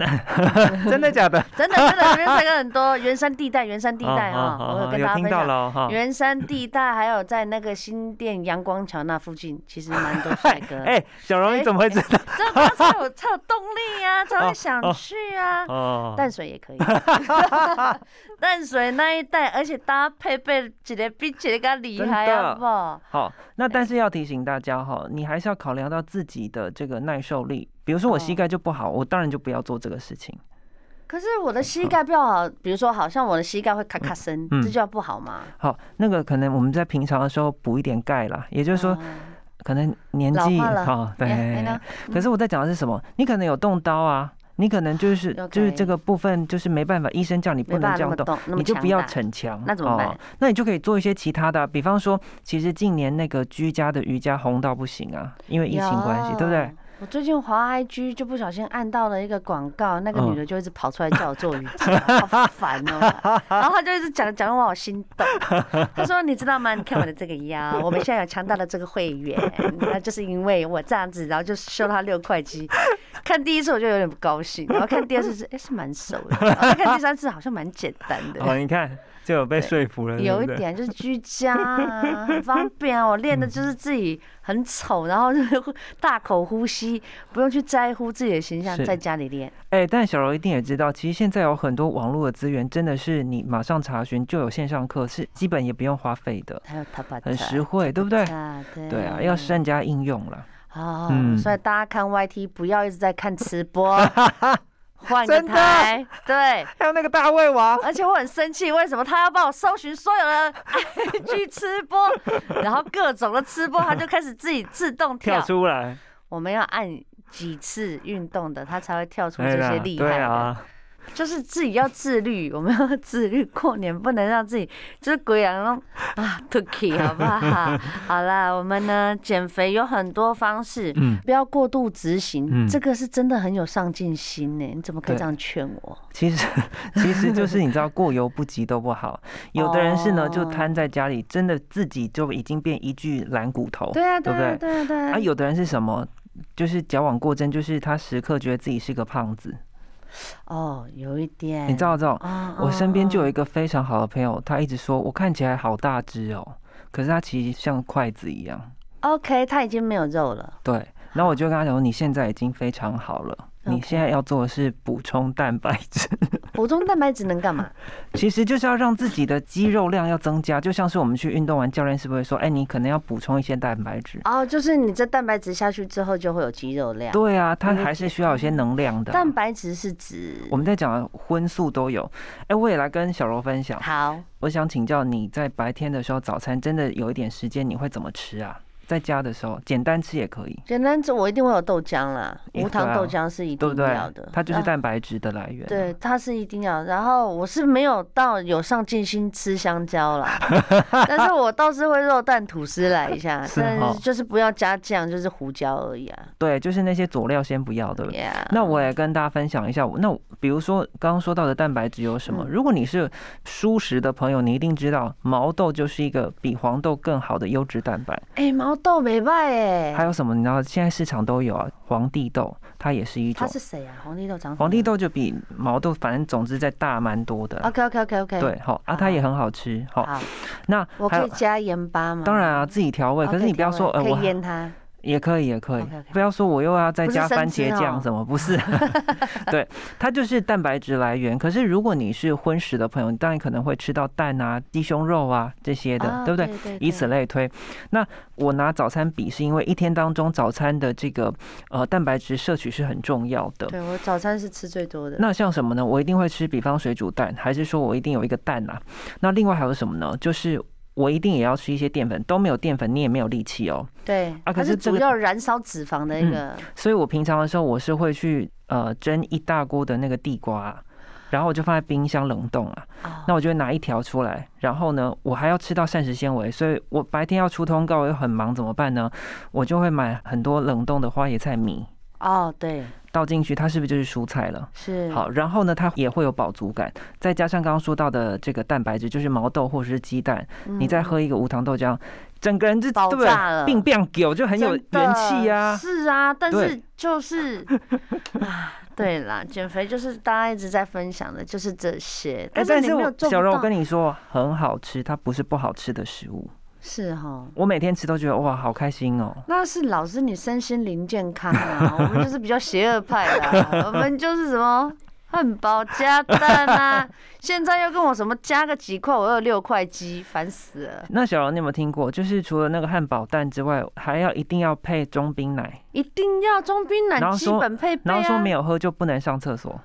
Speaker 2: 真的假的？
Speaker 1: 真的真的那边帅哥很多，圆山地带，圆山地带啊，
Speaker 2: (laughs) 哦
Speaker 1: 我有
Speaker 2: 哦
Speaker 1: 跟
Speaker 2: 有
Speaker 1: 大家
Speaker 2: 听
Speaker 1: 分
Speaker 2: 到
Speaker 1: 享。
Speaker 2: 了哦哈。
Speaker 1: 圆山地带还有在那个新店阳光桥那附近，其实蛮多帅哥。
Speaker 2: (laughs) 哎，小荣，你怎么会知
Speaker 1: (laughs)
Speaker 2: 道？
Speaker 1: 这样才有才有动力
Speaker 2: (laughs)
Speaker 1: 啊，才会想
Speaker 2: 哦
Speaker 1: 去啊。
Speaker 2: 哦，
Speaker 1: 淡水也
Speaker 2: (laughs)
Speaker 1: 可以，淡水那一带，而且搭配备一个比一个较厉害
Speaker 2: 真的
Speaker 1: 啊，不？
Speaker 2: 好，那但是要提醒大家哈，你还是要考量到自己的这个耐受力。比如说我
Speaker 1: 哦
Speaker 2: 膝盖就不好，我当然就不要做这个事情。
Speaker 1: 可是我的膝盖不好，比如说好像我的膝盖会咔咔声，
Speaker 2: 嗯
Speaker 1: 这叫不好吗？
Speaker 2: 好，那个可能我们在平常的时候补一点钙啦，也就是说
Speaker 1: 哦，
Speaker 2: 可能年
Speaker 1: 老
Speaker 2: 纪
Speaker 1: 化了
Speaker 2: 好，
Speaker 1: 哎哎呢
Speaker 2: 对。可是我在讲的是什么？你可能有动刀啊，你可能就是就是
Speaker 1: OK
Speaker 2: 这个部分就是没办法，医生叫你
Speaker 1: 没办
Speaker 2: 不能
Speaker 1: 法
Speaker 2: 这
Speaker 1: 那么
Speaker 2: 样动。
Speaker 1: 动，那么
Speaker 2: 你就
Speaker 1: 强
Speaker 2: 不要
Speaker 1: 大
Speaker 2: 逞强，
Speaker 1: 那怎么办
Speaker 2: 哦？那你就可以做一些其他的啊、比方说，其实近年那个居家的瑜伽红到不行啊，因为疫情关系，对不对
Speaker 1: 有？？我最近滑 IG 就不小心按到了一个广告，那个
Speaker 2: 嗯
Speaker 1: 女的就一直跑出来叫我做瑜伽，好烦哦。然后她就一直讲讲得我好心动。她说：“你知道吗？你看我的这个腰，我们现在有强大的这个会员，那就是因为我这样子，然后就收她六块鸡。看第一次我就有点不高兴，然后看第二次是哎、诶是蛮熟的，然后再看第三次好像蛮简单的。
Speaker 2: 哦，你看就有被
Speaker 1: 对
Speaker 2: 说服了，对
Speaker 1: 有
Speaker 2: 不
Speaker 1: 一
Speaker 2: 对嗯
Speaker 1: 点就是居家啊，很方便啊。我练的就是自己很丑，然后就大口呼吸，不用去在乎自己的形象，
Speaker 2: 是
Speaker 1: 在家里练。
Speaker 2: 哎、但小柔一定也知道，其实现在有很多网络的资源，真的是你马上查询就有线上课，是基本也不用花费的，
Speaker 1: 还有塔巴
Speaker 2: 很
Speaker 1: 塔
Speaker 2: 实惠，对不对？
Speaker 1: 啊，对
Speaker 2: 对啊，要善加应用了。
Speaker 1: 哦，
Speaker 2: 嗯
Speaker 1: 所以大家看 YT 不要一直在看吃
Speaker 2: (laughs)
Speaker 1: 播，换个
Speaker 2: 真的
Speaker 1: 台。对，
Speaker 2: 还有那个大胃王，
Speaker 1: 而且我很生气，为什么他要帮我搜寻所有
Speaker 2: (laughs)
Speaker 1: 的 IG 吃播，然后各种的吃播，他就开始自己自动
Speaker 2: 跳
Speaker 1: 跳。
Speaker 2: 出来，
Speaker 1: 我们要按几次运动的，他才会跳出
Speaker 2: 哎
Speaker 1: 这些
Speaker 2: 呀
Speaker 1: 厉害
Speaker 2: 对
Speaker 1: 的。
Speaker 2: 啊，
Speaker 1: 就是自己要自律，我们要自律，过年不能让自己就是鬼样让啊 t u k y 好不好？好啦，我们呢减肥有很多方式，
Speaker 2: 嗯，
Speaker 1: 不要过度执行，
Speaker 2: 嗯
Speaker 1: 这个是真的很有上进心呢。你怎么可以
Speaker 2: 对
Speaker 1: 这样劝我？
Speaker 2: 其实 (laughs) 其实就是你知道，过犹不及都不
Speaker 1: (laughs)
Speaker 2: 好。有的人是呢，就
Speaker 1: 哦
Speaker 2: 瘫在家里，真的自己就已经变一具懒骨头。
Speaker 1: 对啊，
Speaker 2: 哦对
Speaker 1: 对
Speaker 2: 不
Speaker 1: 啊，
Speaker 2: 对
Speaker 1: 对啊，对
Speaker 2: 啊，
Speaker 1: 啊。
Speaker 2: 有的人是什么？就是矫枉过正，就是他时刻觉得自己是个胖子，
Speaker 1: 哦，有一点，
Speaker 2: 你知道这种。
Speaker 1: 啊，
Speaker 2: 我身边就有
Speaker 1: 一
Speaker 2: 一个非常好的朋友，他一直说我看起来好大只哦，可是他其实像筷子一样。
Speaker 1: 哦 OK，他已经没有肉了。
Speaker 2: 对，然后我就跟他讲，你现在已经非常好了，你
Speaker 1: OK
Speaker 2: 现在要做的是补充蛋白质，
Speaker 1: 补充蛋白质能干嘛？
Speaker 2: 其实就是要让自己的肌肉量要增加，就像是我们去运动完，教练是不是会说，哎，你可能要补充一些蛋白质？
Speaker 1: 哦，就是你这蛋白质下去之后就会有肌肉量。
Speaker 2: 对啊，它还是需要有些能量的啊。
Speaker 1: 蛋白质是指
Speaker 2: 我们在讲荤素都有，哎，我也来跟小柔分享。
Speaker 1: 好。
Speaker 2: 我想请教你在白天的时候，早餐真的有一点时间，你会怎么吃啊？在家的时候，简单吃也可以，
Speaker 1: 简单吃，我一定会有豆浆啦，
Speaker 2: 一
Speaker 1: 无糖
Speaker 2: 定啊
Speaker 1: 豆浆是一
Speaker 2: 对不
Speaker 1: 定
Speaker 2: 对
Speaker 1: 要的，？
Speaker 2: 它就是
Speaker 1: 啊
Speaker 2: 蛋白质的来源。
Speaker 1: 对，，它是一定要。然后我是没有到有上进心吃香蕉
Speaker 2: (laughs)
Speaker 1: 啦，但是我倒是会肉蛋吐司来一下，
Speaker 2: 是
Speaker 1: 但
Speaker 2: 哦
Speaker 1: 是就是不要加酱，就是胡椒而已啊。
Speaker 2: 对，就是那些佐料先不要，对不对？
Speaker 1: Yeah，
Speaker 2: 那我也跟大家分享一下，我那我比如说刚刚说到的蛋白质有什么？
Speaker 1: 嗯
Speaker 2: 如果你是蔬食的朋友，你一定知道毛豆就是一个比黄豆更好的优质蛋白。
Speaker 1: 哎、毛豆没败哎，
Speaker 2: 还有什么？你知道现在市场都有啊，黄地豆它也是一
Speaker 1: 他
Speaker 2: 种，
Speaker 1: 是谁啊？黄帝豆长
Speaker 2: 黄地豆就比毛豆，反正总之在大蛮多的啦。
Speaker 1: ，OK OK OK OK，，
Speaker 2: 对，好啊，它也很好吃。好，
Speaker 1: 好，
Speaker 2: 那
Speaker 1: 我
Speaker 2: 还
Speaker 1: 可
Speaker 2: 有
Speaker 1: 以加盐巴吗？
Speaker 2: 当然啊，自己调味。
Speaker 1: 哦，
Speaker 2: 可是
Speaker 1: 以
Speaker 2: 你不要
Speaker 1: 调
Speaker 2: 说，
Speaker 1: 味
Speaker 2: 呃，
Speaker 1: 可
Speaker 2: 我
Speaker 1: 以腌它，
Speaker 2: 也可以，也可以
Speaker 1: OK，OK，
Speaker 2: 不要说我又要再
Speaker 1: 不是
Speaker 2: 加
Speaker 1: 生
Speaker 2: 番
Speaker 1: 吃
Speaker 2: 茄酱
Speaker 1: 哦 (laughs)
Speaker 2: 什么，不是， (laughs) 对，它就是蛋白质来源。可是如果你是荤食的朋友，你当然可能会吃到蛋啊、鸡胸肉啊这些的，
Speaker 1: 啊
Speaker 2: 对不对？
Speaker 1: 对对
Speaker 2: 以此类推。那我拿早餐比，是因为一天当中早餐的这个呃蛋白质摄取是很重要的。
Speaker 1: 对我早餐是吃最多的，
Speaker 2: 那像什么呢？我一定会吃，比方水煮蛋，还是说我一定有一个蛋啊？那另外还有什么呢？就是我一定也要吃一些淀粉，都没有淀粉你也没有力气哦。
Speaker 1: 对，
Speaker 2: 啊可
Speaker 1: 它
Speaker 2: 是
Speaker 1: 是
Speaker 2: 这
Speaker 1: 主
Speaker 2: 个
Speaker 1: 要燃烧脂肪的一
Speaker 2: 嗯
Speaker 1: 个。
Speaker 2: 所以我平常的时候我是会去呃蒸一大锅的那个地瓜啊、然后我就放在冰箱冷冻啊。
Speaker 1: 哦
Speaker 2: 那我就会拿一条出来，然后呢，我还要吃到膳食纤维，所以我白天要出通告，我又很忙，怎么办呢？我就会买很多冷冻的花椰菜米
Speaker 1: 哦，对，
Speaker 2: 倒进去，它是不是就是蔬菜了？
Speaker 1: 是
Speaker 2: 好，然后呢，它也会有饱足感，再加上刚刚说到的这个蛋白质，就是毛豆或者是鸡蛋，你再
Speaker 1: 嗯
Speaker 2: 喝一个无糖豆浆，整个人就
Speaker 1: 爆
Speaker 2: 对不对
Speaker 1: 炸了
Speaker 2: 病变狗就很有
Speaker 1: 真的
Speaker 2: 元气啊。
Speaker 1: 是啊，但是
Speaker 2: 对
Speaker 1: 就是啊，对啦，减肥就是大家一直在分享的，就是这些。
Speaker 2: 哎，
Speaker 1: 是
Speaker 2: 但
Speaker 1: 你
Speaker 2: 是
Speaker 1: 没有
Speaker 2: 我
Speaker 1: 做
Speaker 2: 小
Speaker 1: 不
Speaker 2: 柔，我
Speaker 1: 到
Speaker 2: 跟，你说，很好吃，它不是不好吃的食物。
Speaker 1: 是哈。
Speaker 2: 我每天吃都觉得哇，好开心哦。
Speaker 1: 那是老师，你身心灵健康啊，我们就是比较邪恶派的啊、我们就是什么汉堡加蛋
Speaker 2: (laughs)
Speaker 1: 啊，现在又跟我什么加个几块，我有六块鸡，烦死了，
Speaker 2: 那小柔，你有没有听过？就是除了那个汉堡蛋之外，还要一定要配中冰奶，
Speaker 1: 一定要中冰奶
Speaker 2: 然后
Speaker 1: 基
Speaker 2: 说
Speaker 1: 本配备、啊、
Speaker 2: 然后说没有喝就不能上厕所。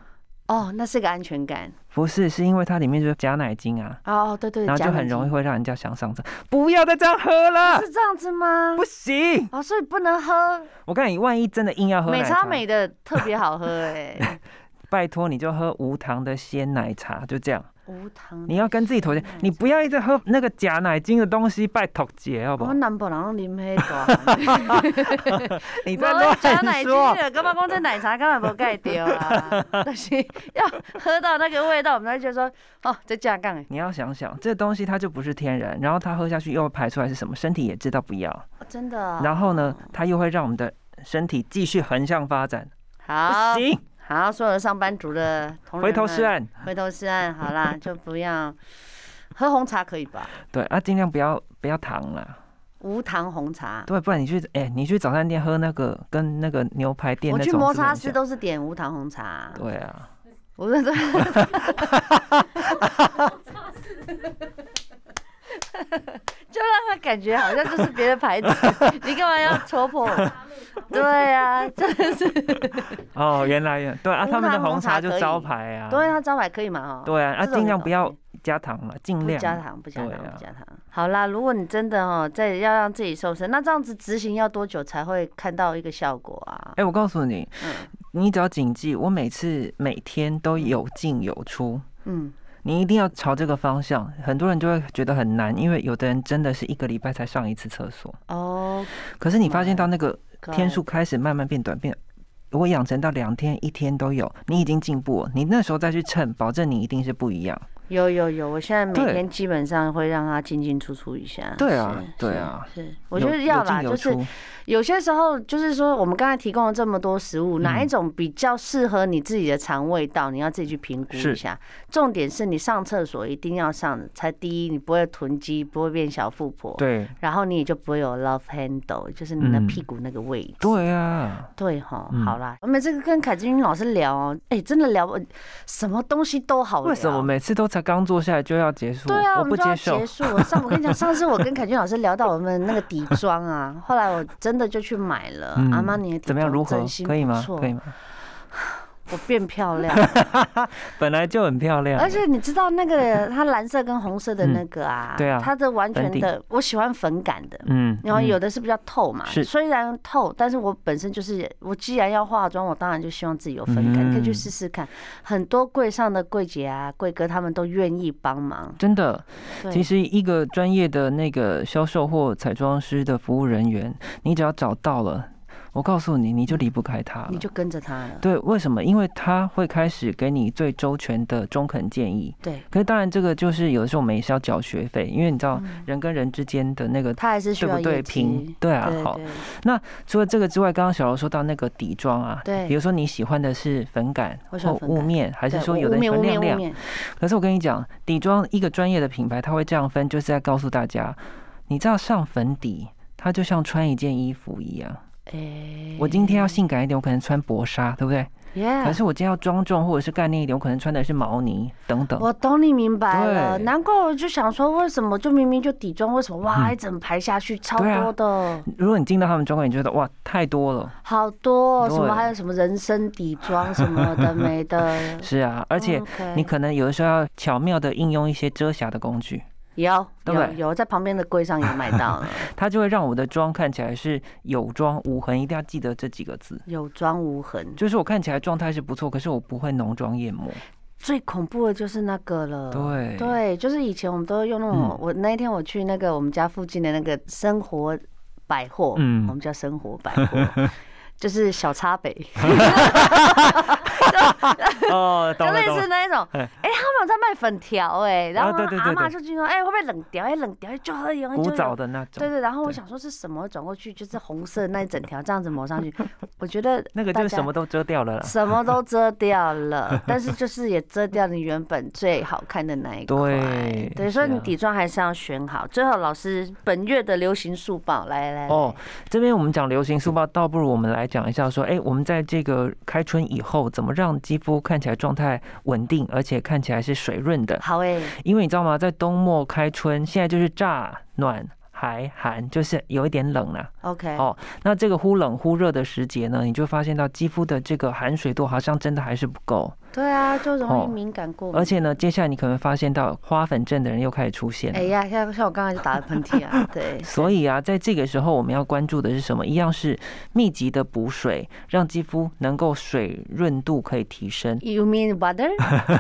Speaker 1: 哦，那是个安全感
Speaker 2: 不是，是因为它里面就是加奶精啊，
Speaker 1: 哦，对对，
Speaker 2: 然后就很容易
Speaker 1: 易
Speaker 2: 会让人家想上厕。不要再这样喝了，
Speaker 1: 是这样子吗？
Speaker 2: 不行！
Speaker 1: 哦，所以不能喝
Speaker 2: 我告诉你，万一真的硬要喝
Speaker 1: 美
Speaker 2: 奶
Speaker 1: 差
Speaker 2: 茶，
Speaker 1: 美的特别好喝哎、
Speaker 2: (laughs) 拜托你就喝无糖的鲜奶茶，就这样。
Speaker 1: 无嗯糖的鲜奶茶。
Speaker 2: 你要跟自己妥协，你不要一直喝那个假奶精的东西，拜托姐，好不好
Speaker 1: 我？南部人拢啉迄大，
Speaker 2: (laughs) 你在
Speaker 1: 无加
Speaker 2: 乱
Speaker 1: 奶精
Speaker 2: 说。
Speaker 1: 了，感觉讲这奶茶根本无盖掉啊，但是要喝到那个味道，我们才觉得说哦，这加杠哎，
Speaker 2: (laughs) 你要想想，这东西它就不是天然，然后它喝下去又排出来是什么，身体也知道不要，
Speaker 1: 哦真的啊。
Speaker 2: 然后呢，它又会让我们的身体继续横向发展。
Speaker 1: 好
Speaker 2: 不行，
Speaker 1: 好，所有的上班族的同仁
Speaker 2: 回头
Speaker 1: 们
Speaker 2: 是，啊岸。
Speaker 1: 回头是岸，好啦，就不要喝红茶可以吧？
Speaker 2: 对啊，尽量不要不要糖啦。
Speaker 1: 无糖红茶。
Speaker 2: 对，不然你去哎、你去早餐店喝那个跟那个牛排店
Speaker 1: 我
Speaker 2: 那
Speaker 1: 去
Speaker 2: 种
Speaker 1: 摩
Speaker 2: 是不是
Speaker 1: 擦
Speaker 2: 很
Speaker 1: 师
Speaker 2: 像
Speaker 1: 都是点无糖红茶，
Speaker 2: 对啊，
Speaker 1: 我认真。 (laughs) 就让他感觉好像就是别的牌子，你干嘛要戳破我？对呀、啊，这
Speaker 2: 哦，原来原对啊，
Speaker 1: 无
Speaker 2: 他们的
Speaker 1: 糖红
Speaker 2: 红
Speaker 1: 茶
Speaker 2: 茶就
Speaker 1: 可以
Speaker 2: 招牌啊，
Speaker 1: 对啊，招牌可以嘛？哦，
Speaker 2: 对啊，啊，
Speaker 1: 这种
Speaker 2: 尽
Speaker 1: 就
Speaker 2: 量
Speaker 1: 好
Speaker 2: 不要加糖了，尽
Speaker 1: 不
Speaker 2: 量
Speaker 1: 加糖，不加
Speaker 2: 对
Speaker 1: 糖，
Speaker 2: 啊
Speaker 1: 不加糖。好啦，如果你真的哦，再要让自己瘦身，那这样子执行要多久才会看到一个效果啊？
Speaker 2: 哎、我告诉你，
Speaker 1: 嗯
Speaker 2: 你只要谨记，我每次每天都有进有出，
Speaker 1: 嗯，
Speaker 2: 你一定要朝这个方向。很多人就会觉得很难，因为有的人真的是一个礼拜才上一次厕所，
Speaker 1: 哦，
Speaker 2: 可是你
Speaker 1: 妈
Speaker 2: 发
Speaker 1: 呀
Speaker 2: 现到那个天数开始慢慢变短，变。如果养成到两天、一天都有，你已经进步了。你那时候再去称，保证你一定是不一样。
Speaker 1: 有有有，我现在每
Speaker 2: 对
Speaker 1: 天基本上会让它进进出出一下。
Speaker 2: 对啊
Speaker 1: 是
Speaker 2: 对啊，
Speaker 1: 是是，我
Speaker 2: 有
Speaker 1: 觉得要
Speaker 2: 有进
Speaker 1: 啦，
Speaker 2: 有
Speaker 1: 就是
Speaker 2: 出
Speaker 1: 有些时候就是说，我们刚才提供了这么多食
Speaker 2: 嗯
Speaker 1: 物，哪一种比较适合你自己的肠胃道，你要自己去评估一
Speaker 2: 是
Speaker 1: 下。重点是你上厕所一定要上，才第一，你不会囤积，不会变小富婆。
Speaker 2: 对
Speaker 1: 然后你也就不会有 love handle，就是你的
Speaker 2: 嗯
Speaker 1: 屁股那个位置。
Speaker 2: 对啊，
Speaker 1: 对哈，
Speaker 2: 嗯
Speaker 1: 好啦，我每次跟凯志云老师聊哦，哎，真的聊呃什么东西都好聊。
Speaker 2: 为什么每次都才刚坐下来就要结束？
Speaker 1: 对啊，我
Speaker 2: 我不
Speaker 1: 们就要
Speaker 2: 接
Speaker 1: 结
Speaker 2: 受。
Speaker 1: 束了。上我跟你讲，上次我跟凯君老师聊到我们那个底妆啊，后来我真的就去买了
Speaker 2: 嗯
Speaker 1: 阿玛尼的底
Speaker 2: 怎么样？
Speaker 1: 妆，
Speaker 2: 如何
Speaker 1: 真？心
Speaker 2: 可以吗
Speaker 1: 不？错
Speaker 2: 可以吗？
Speaker 1: 我变漂
Speaker 2: (laughs)
Speaker 1: 亮，
Speaker 2: 本来就很漂亮了，
Speaker 1: 而且你知道那个它蓝色跟红色的那个啊，
Speaker 2: 嗯对啊
Speaker 1: 它的完全
Speaker 2: 粉
Speaker 1: 的，我喜欢粉感的。
Speaker 2: 嗯，
Speaker 1: 然后有
Speaker 2: 嗯
Speaker 1: 的是比较透嘛，
Speaker 2: 是
Speaker 1: 虽然透，但是我本身就是，我既然要化妆，我当然就希望自己有粉感，
Speaker 2: 嗯
Speaker 1: 可以去试试看。很多柜上的柜姐啊、柜哥他们都愿意帮忙。
Speaker 2: 真的，
Speaker 1: 对
Speaker 2: 其实一个专业的那个销售或彩妆师的服务人员，你只要找到了，我告诉你，你就离不开他了
Speaker 1: 你。就跟着他了，
Speaker 2: 对，为什么？因为他会开始给你最周全的中肯建议。
Speaker 1: 对，
Speaker 2: 可是当然，这个就是有的时候我们也是要缴学费，因为你知道人跟人之间的那个
Speaker 1: 他还是嗯需
Speaker 2: 对
Speaker 1: 要
Speaker 2: 不对
Speaker 1: 业
Speaker 2: 平
Speaker 1: 绩。，
Speaker 2: 对啊，
Speaker 1: 对
Speaker 2: 好。
Speaker 1: 对
Speaker 2: 除了这个之外，刚刚小柔说到那个底妆啊，
Speaker 1: 对
Speaker 2: 比如说你喜欢的是粉感
Speaker 1: 我喜
Speaker 2: 或
Speaker 1: 欢粉
Speaker 2: 雾
Speaker 1: 感
Speaker 2: 面，还是
Speaker 1: 对
Speaker 2: 说有
Speaker 1: 雾
Speaker 2: 的人喜
Speaker 1: 面
Speaker 2: 欢
Speaker 1: 雾面
Speaker 2: 亮
Speaker 1: 雾
Speaker 2: 亮？
Speaker 1: 面，
Speaker 2: 可是我跟你讲，底妆一个专业的品牌，它会这样分，就是在告诉大家，你知道上粉底，它就像穿一件衣服一样。
Speaker 1: 哎，
Speaker 2: 我今天要性感一点，我可能穿薄纱，对不对？可
Speaker 1: yeah，
Speaker 2: 是我今天要庄重或者是概念一点，我可能穿的是毛呢等等。
Speaker 1: 我懂你明白了，
Speaker 2: 对嗯
Speaker 1: 难怪我就想说，为什么就明明就底妆，为什么哇一整排下去超
Speaker 2: 对啊
Speaker 1: 多的，
Speaker 2: 如果你进到他们专柜，你觉得哇太多了。
Speaker 1: 好多哦什么
Speaker 2: 对
Speaker 1: 还有什么人参底妆什么的没的，
Speaker 2: 是啊， (laughs) 而且
Speaker 1: OK
Speaker 2: 你可能有的时候要巧妙的应用一些遮瑕的工具，
Speaker 1: 有
Speaker 2: 对不
Speaker 1: 有
Speaker 2: 对
Speaker 1: 有在旁边的柜上有买到了，
Speaker 2: (laughs) 它就会让我的妆看起来是有妆无痕。一定要记得这几个字，
Speaker 1: 有妆无痕，
Speaker 2: 就是我看起来状态是不错，可是我不会浓妆艳抹。
Speaker 1: 最恐怖的就是那个了，
Speaker 2: 对
Speaker 1: 嗯对，就是以前我们都会用那种，
Speaker 2: 嗯
Speaker 1: 我那一天我去那个我们家附近的那个生活百货，
Speaker 2: 嗯
Speaker 1: 我们叫生活百
Speaker 2: (laughs)
Speaker 1: 货，就是小插北，
Speaker 2: (laughs) 哦，
Speaker 1: 就
Speaker 2: 懂了
Speaker 1: 类
Speaker 2: 懂了
Speaker 1: 似。那一种，哎、他们有在卖粉条、哎，然
Speaker 2: 啊
Speaker 1: 后
Speaker 2: 对对
Speaker 1: 阿
Speaker 2: 对
Speaker 1: 妈
Speaker 2: 对
Speaker 1: 就进说，哎、会不会冷掉？哎、冷掉就喝一样
Speaker 2: 古
Speaker 1: 就
Speaker 2: 早
Speaker 1: 有。
Speaker 2: 的那
Speaker 1: 对
Speaker 2: 种，
Speaker 1: 对，然后我
Speaker 2: 对
Speaker 1: 想说是什么，转过去就是红色那一整条这样子抹上去， (laughs) 我觉得
Speaker 2: 那个
Speaker 1: 大
Speaker 2: 就是
Speaker 1: 家
Speaker 2: 什么都遮掉 (laughs) 了啦。
Speaker 1: 什么都遮掉了， (laughs) 但是就是也遮掉你原本最好看的那一块。
Speaker 2: 对
Speaker 1: 对，所以
Speaker 2: 是
Speaker 1: 你
Speaker 2: 啊
Speaker 1: 底妆还是要选好。最后，老师本月的流行速报，来来来，
Speaker 2: 哦，这边我们讲流行书包，倒不如我们来讲一下说，哎、我们在这个开春以后，怎么让肌肤看起来状态稳定，而且看起来是水润的？
Speaker 1: 好诶、
Speaker 2: 因为你知道吗，在冬末开春，现在就是乍暖还寒，就是有一点冷啦、
Speaker 1: o k
Speaker 2: 哦，那这个忽冷忽热的时节呢，你就发现到肌肤的这个含水度好像真的还是不够，
Speaker 1: 对啊，就容易
Speaker 2: 哦
Speaker 1: 敏感过敏。
Speaker 2: 而且呢，接下来你可能发现到花粉症的人又开始出现了。
Speaker 1: 哎呀，像像我刚才就打了喷嚏
Speaker 2: (laughs)
Speaker 1: 啊，对，
Speaker 2: 所以啊，在这个时候我们要关注的是什么？一样是密集的补水，让肌肤能够水润度可以提升。
Speaker 1: You mean water？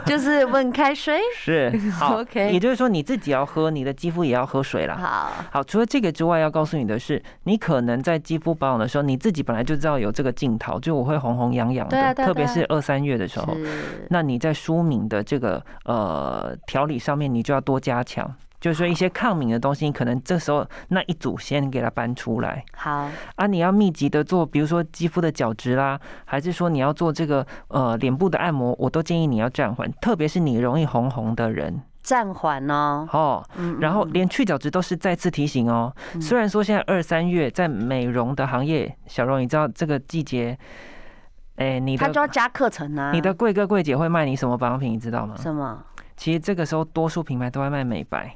Speaker 1: 就是 (laughs) 温开水。
Speaker 2: 是好
Speaker 1: OK
Speaker 2: 也就是说你自己要喝，你的肌肤也要喝水啦。
Speaker 1: 好，
Speaker 2: (laughs) 好，除了这个之外，要告诉你的是，你可能在肌肤保养的时候，你自己本来就知道有这个镜头，就我会红红痒痒的，
Speaker 1: 对啊对啊
Speaker 2: 特别
Speaker 1: 对
Speaker 2: 是二三月的时候，
Speaker 1: 是
Speaker 2: 那你在舒敏的这个呃调理上面，你就要多加强，就是说一些抗敏的东西，你可能这时候那一组先给它搬出来。
Speaker 1: 好，
Speaker 2: 啊，你要密集的做，比如说肌肤的角质啦，还是说你要做这个呃脸部的按摩，我都建议你要暂缓，特别是你容易红红的人，
Speaker 1: 暂缓哦。
Speaker 2: 哦，
Speaker 1: 嗯
Speaker 2: 然后连去角质都是再次提醒哦。
Speaker 1: 嗯
Speaker 2: 虽然说现在二三月在美容的行业，小荣，你知道这个季节，哎、你
Speaker 1: 他
Speaker 2: 的
Speaker 1: 就要加课程啊。
Speaker 2: 你的贵哥贵姐会卖你什么保养品，你知道吗？
Speaker 1: 什么？
Speaker 2: 其实这个时候多数品牌都在卖美白，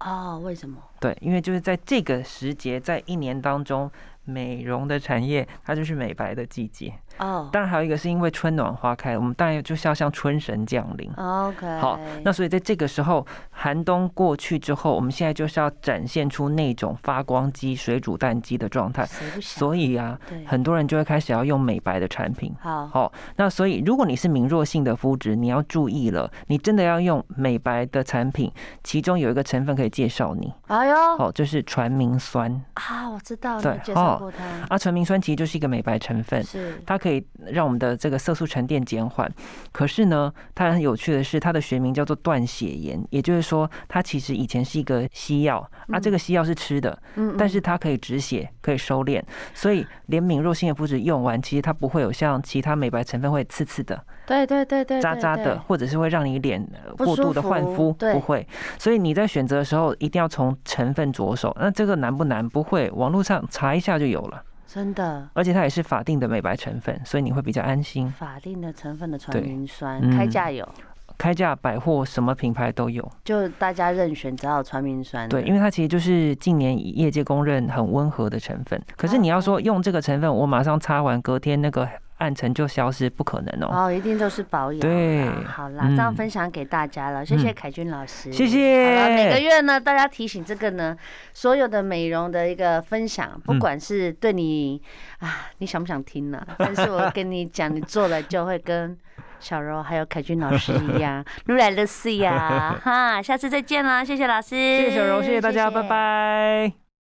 Speaker 1: 哦，为什么？
Speaker 2: 对，因为就是在这个时节，在一年当中，美容的产业它就是美白的季节。
Speaker 1: 哦
Speaker 2: 当然还有一个是因为春暖花开，我们当然就是要像春神降临。
Speaker 1: ，OK。
Speaker 2: 好，那所以在这个时候，寒冬过去之后，我们现在就是要展现出那种发光机、水煮蛋机的状态。
Speaker 1: 谁不想？
Speaker 2: 哎所以啊，
Speaker 1: 对，
Speaker 2: 很多人就会开始要用美白的产品。
Speaker 1: 好，
Speaker 2: 好，那所以如果你是敏弱性的肤质，你要注意了，你真的要用美白的产品，其中有一个成分可以介绍你，
Speaker 1: 哎呦，
Speaker 2: 好，就是传明酸
Speaker 1: 啊，我知道，你
Speaker 2: 对哎
Speaker 1: 有介绍
Speaker 2: 哦
Speaker 1: 过他，
Speaker 2: 啊，传明酸其实就是一个美白成分。
Speaker 1: 是
Speaker 2: 它可以让我们的这个色素沉淀减缓。可是呢，它很有趣的是，它的学名叫做断血盐，也就是说，它其实以前是一个西药，啊，
Speaker 1: 嗯
Speaker 2: 这个西药是吃的，
Speaker 1: 嗯，
Speaker 2: 但是它可以止血，可以收敛，所以连敏弱性的肤质用完，其实它不会有像其他美白成分会刺刺的、
Speaker 1: 嗯对对对对，
Speaker 2: 渣
Speaker 1: 对
Speaker 2: 渣的，，或者是会让你脸呃
Speaker 1: 不
Speaker 2: 过度
Speaker 1: 舒
Speaker 2: 的焕
Speaker 1: 服
Speaker 2: 肤，
Speaker 1: 对
Speaker 2: 不会。所以你在选择的时候，一定要从成分着手。那这个难不难？不会，网络上查一下就有了。
Speaker 1: 对真的。
Speaker 2: 而且它也是法定的美白成分，所以你会比较安心。
Speaker 1: 法定的成分的传
Speaker 2: 对
Speaker 1: 明酸
Speaker 2: 嗯，
Speaker 1: 开价有，
Speaker 2: 开价百货什么品牌都有，
Speaker 1: 就大家任选，只要有传明酸的。
Speaker 2: 对，因为它其实就是近年业界公认很温和的成分。可是你要说用这个成分，我马上擦完，隔天那个暗沉就消失，不可能哦。
Speaker 1: 哦，一定都是保养。
Speaker 2: 对
Speaker 1: 好啦，这样
Speaker 2: 嗯
Speaker 1: 分享给大家了，谢谢
Speaker 2: 嗯
Speaker 1: 凯君老师，
Speaker 2: 谢谢
Speaker 1: 好了，每个月呢，大家提醒这个呢，所有的美容的一个分享，不
Speaker 2: 嗯
Speaker 1: 管是对你、啊，你想不想听
Speaker 2: (laughs)
Speaker 1: 呢、但是我跟你讲，你做了就会跟。小柔还有凯君老师一
Speaker 2: (laughs)
Speaker 1: 样，如啊来的是呀，哈，下次再见啦，谢谢老师，
Speaker 2: 谢谢小柔，谢谢大家，拜拜。